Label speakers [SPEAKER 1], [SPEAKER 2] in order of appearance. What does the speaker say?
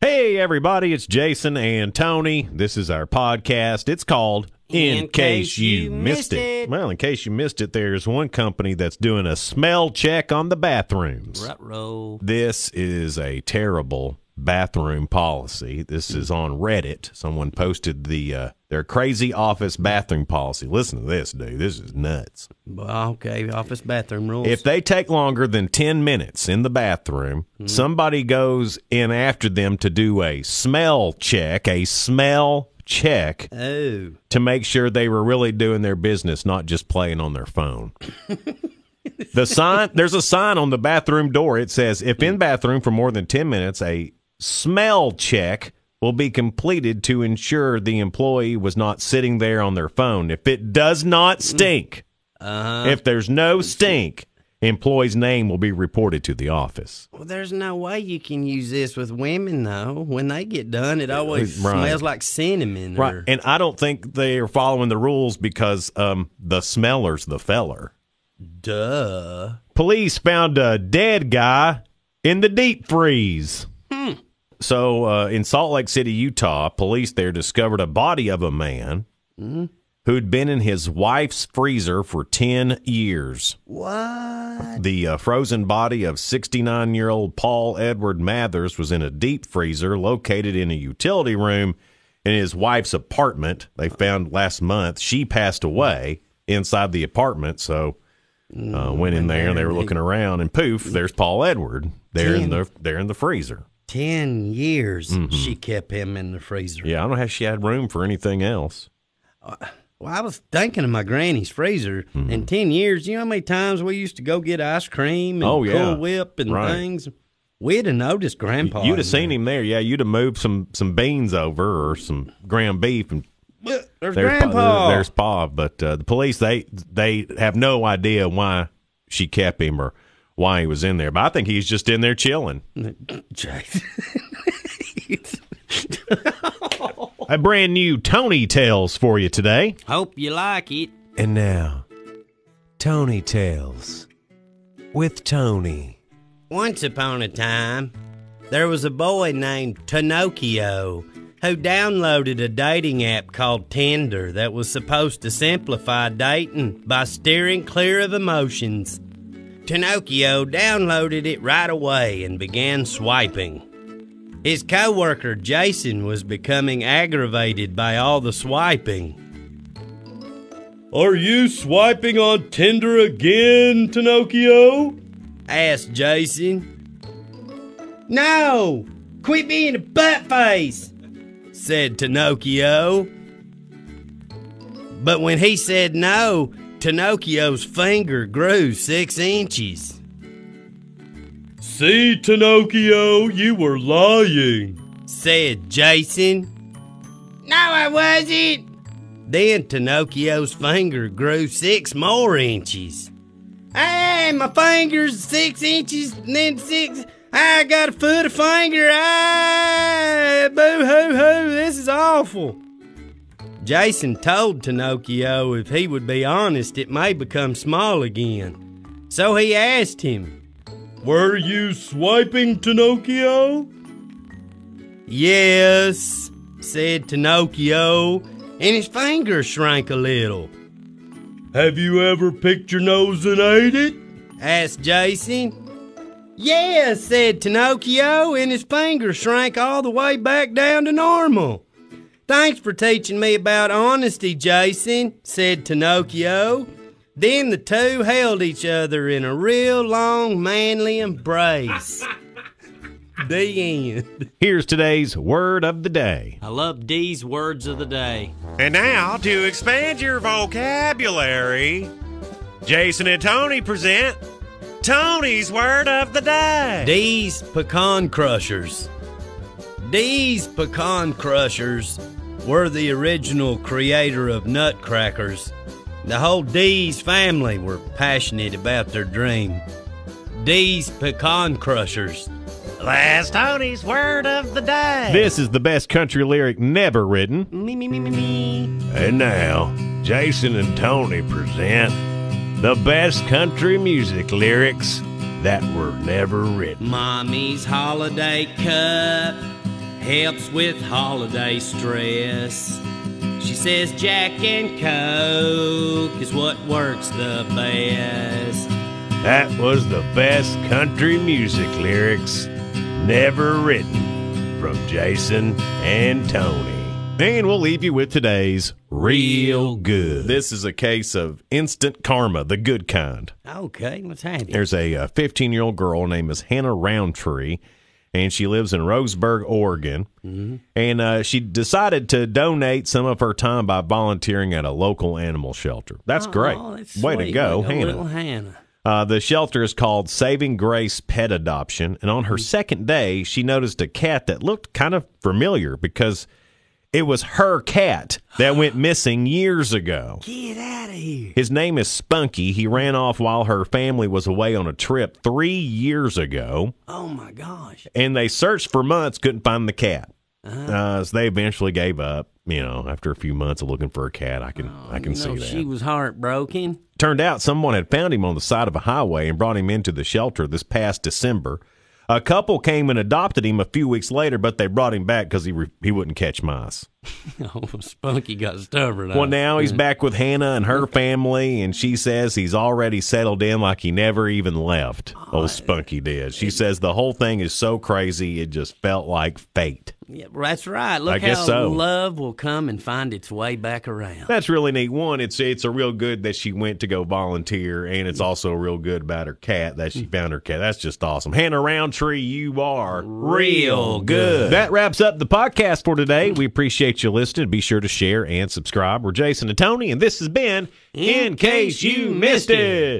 [SPEAKER 1] Hey, everybody, it's Jason and Tony. This is our podcast. It's called In, Case, You Missed it. Well, in case you missed it, there's one company that's doing a smell check on the bathrooms.
[SPEAKER 2] Rut roll.
[SPEAKER 1] This is a terrible bathroom policy. This is on Reddit. Someone posted the uh, their crazy office bathroom policy. Listen to this, dude. This is nuts.
[SPEAKER 2] Well, okay, office bathroom rules.
[SPEAKER 1] If they take longer than 10 minutes in the bathroom, somebody goes in after them to do a smell check, a smell check
[SPEAKER 2] oh,
[SPEAKER 1] to make sure they were really doing their business, not just playing on their phone. the sign there's a sign on the bathroom door. It says if in bathroom for more than 10 minutes, a smell check will be completed to ensure the employee was not sitting there on their phone. If it does not stink, if there's no stink, employee's name will be reported to the office.
[SPEAKER 2] well, there's no way you can use this with women though. When they get done, it always
[SPEAKER 1] right.
[SPEAKER 2] smells like cinnamon.
[SPEAKER 1] Right.
[SPEAKER 2] Or,
[SPEAKER 1] And I don't think they are following the rules because um, the smeller's the feller.
[SPEAKER 2] duh.
[SPEAKER 1] police found a dead guy in the deep freeze. So uh, in Salt Lake City, Utah, police there discovered a body of a man who'd been in his wife's freezer for 10 years.
[SPEAKER 2] What?
[SPEAKER 1] The uh, frozen body of 69 year old Paul Edward Mathers was in a deep freezer located in a utility room in his wife's apartment. They found last month she passed away inside the apartment. So uh, went in there and they were looking around and poof, there's Paul Edward there in the there in the freezer.
[SPEAKER 2] Ten years
[SPEAKER 1] Mm-hmm.
[SPEAKER 2] she kept him in the freezer.
[SPEAKER 1] Yeah, I don't know how she had room for anything else.
[SPEAKER 2] Well, I was thinking of my granny's freezer.
[SPEAKER 1] Mm-hmm.
[SPEAKER 2] In ten years, you know how many times we used to go get ice cream and
[SPEAKER 1] Oh, yeah.
[SPEAKER 2] Cool Whip and
[SPEAKER 1] Right.
[SPEAKER 2] things. We'd have noticed Grandpa.
[SPEAKER 1] You'd have seen him there. Yeah, you'd have moved some some beans over or some ground beef and
[SPEAKER 2] There's,
[SPEAKER 1] There's
[SPEAKER 2] Grandpa.
[SPEAKER 1] Pa, there's Pa, but uh, the police they they have no idea why she kept him or why he was in there. But I think he's just in there chilling.
[SPEAKER 2] Jason.
[SPEAKER 1] A brand new Tony Tales for you today.
[SPEAKER 2] Hope you like it.
[SPEAKER 1] And now, Tony Tales with Tony.
[SPEAKER 2] Once upon a time, there was a boy named Pinocchio who downloaded a dating app called Tinder that was supposed to simplify dating by steering clear of emotions. Pinocchio downloaded it right away and began swiping. His coworker Jason was becoming aggravated by all the swiping. Are you swiping on Tinder again, Pinocchio? asked Jason. No! Quit being a butt face! said Pinocchio. But when he said no, Pinocchio's finger grew six inches. See, Pinocchio, you were lying, said Jason. No, I wasn't. Then Pinocchio's finger grew six more inches. Hey, my finger's six inches, and then six. I got a foot of finger. Ah, boo hoo hoo, this is awful. Jason told Pinocchio if he would be honest, it may become small again. So he asked him, Were you swiping, Pinocchio? Yes, said Pinocchio, and his finger shrank a little. Have you ever picked your nose and ate it? asked Jason. Yeah, said Pinocchio, and his finger shrank all the way back down to normal. Thanks for teaching me about honesty, Jason, said Pinocchio. Then the two held each other in a real long, manly embrace. the end.
[SPEAKER 1] Here's today's word of the day.
[SPEAKER 3] I love D's words of the day.
[SPEAKER 1] And now, to expand your vocabulary, Jason and Tony present Tony's word of the day.
[SPEAKER 2] These pecan crushers. These pecan crushers were the original creator of nutcrackers. The whole Dees family were passionate about their dream. Dees pecan crushers.
[SPEAKER 3] Last Tony's word of the day.
[SPEAKER 1] This is the best country lyric never written.
[SPEAKER 3] Me, me, me, me, me.
[SPEAKER 1] And now, Jason and Tony present the best country music lyrics that were never written.
[SPEAKER 2] Mommy's holiday cup helps with holiday stress. She says Jack and Coke is what works the best.
[SPEAKER 1] That was the best country music lyrics never written from Jason and Tony. And we'll leave you with today's Real Good. This is a case of instant karma, the good kind.
[SPEAKER 2] Okay, let's have it.
[SPEAKER 1] There's a 15 year old girl named is Hannah Roundtree, and she lives in Roseburg, Oregon.
[SPEAKER 2] Mm-hmm.
[SPEAKER 1] And uh, she decided to donate some of her time by volunteering at a local animal shelter. That's great.
[SPEAKER 2] Oh, that's
[SPEAKER 1] Way to
[SPEAKER 2] sweet.
[SPEAKER 1] go,
[SPEAKER 2] Like a
[SPEAKER 1] Hannah.
[SPEAKER 2] Little Hannah.
[SPEAKER 1] Uh, the shelter is called Saving Grace Pet Adoption. And on her
[SPEAKER 2] Mm-hmm.
[SPEAKER 1] second day, she noticed a cat that looked kind of familiar because it was her cat that went missing years ago.
[SPEAKER 2] Get out of here.
[SPEAKER 1] His name is Spunky. He ran off while her family was away on a trip three years ago.
[SPEAKER 2] Oh my gosh.
[SPEAKER 1] And they searched for months, couldn't find the cat.
[SPEAKER 2] Uh-huh.
[SPEAKER 1] Uh, so they eventually gave up. You know, after a few months of looking for a cat, I can I can
[SPEAKER 2] Oh, You know,
[SPEAKER 1] see that.
[SPEAKER 2] She was heartbroken.
[SPEAKER 1] Turned out someone had found him on the side of a highway and brought him into the shelter this past December. A couple came and adopted him a few weeks later, but they brought him back because he, re- he wouldn't catch mice.
[SPEAKER 2] Oh, Spunky got stubborn.
[SPEAKER 1] Well, now he's back with Hannah and her family, and she says he's already settled in like he never even left. Old Spunky did. She says the whole thing is so crazy, it just felt like fate.
[SPEAKER 2] Yeah, that's right. Look
[SPEAKER 1] I guess
[SPEAKER 2] how
[SPEAKER 1] so.
[SPEAKER 2] love will come and find its way back around.
[SPEAKER 1] That's really neat. One, it's it's a real good that she went to go volunteer, and it's also real good about her cat that
[SPEAKER 2] Mm.
[SPEAKER 1] she found her cat. That's just awesome. Hannah Roundtree, you are
[SPEAKER 2] Real good.
[SPEAKER 1] That wraps up the podcast for today. We appreciate you listening. Be sure to share and subscribe. We're Jason and Tony, and this has been
[SPEAKER 2] In Case You Missed It.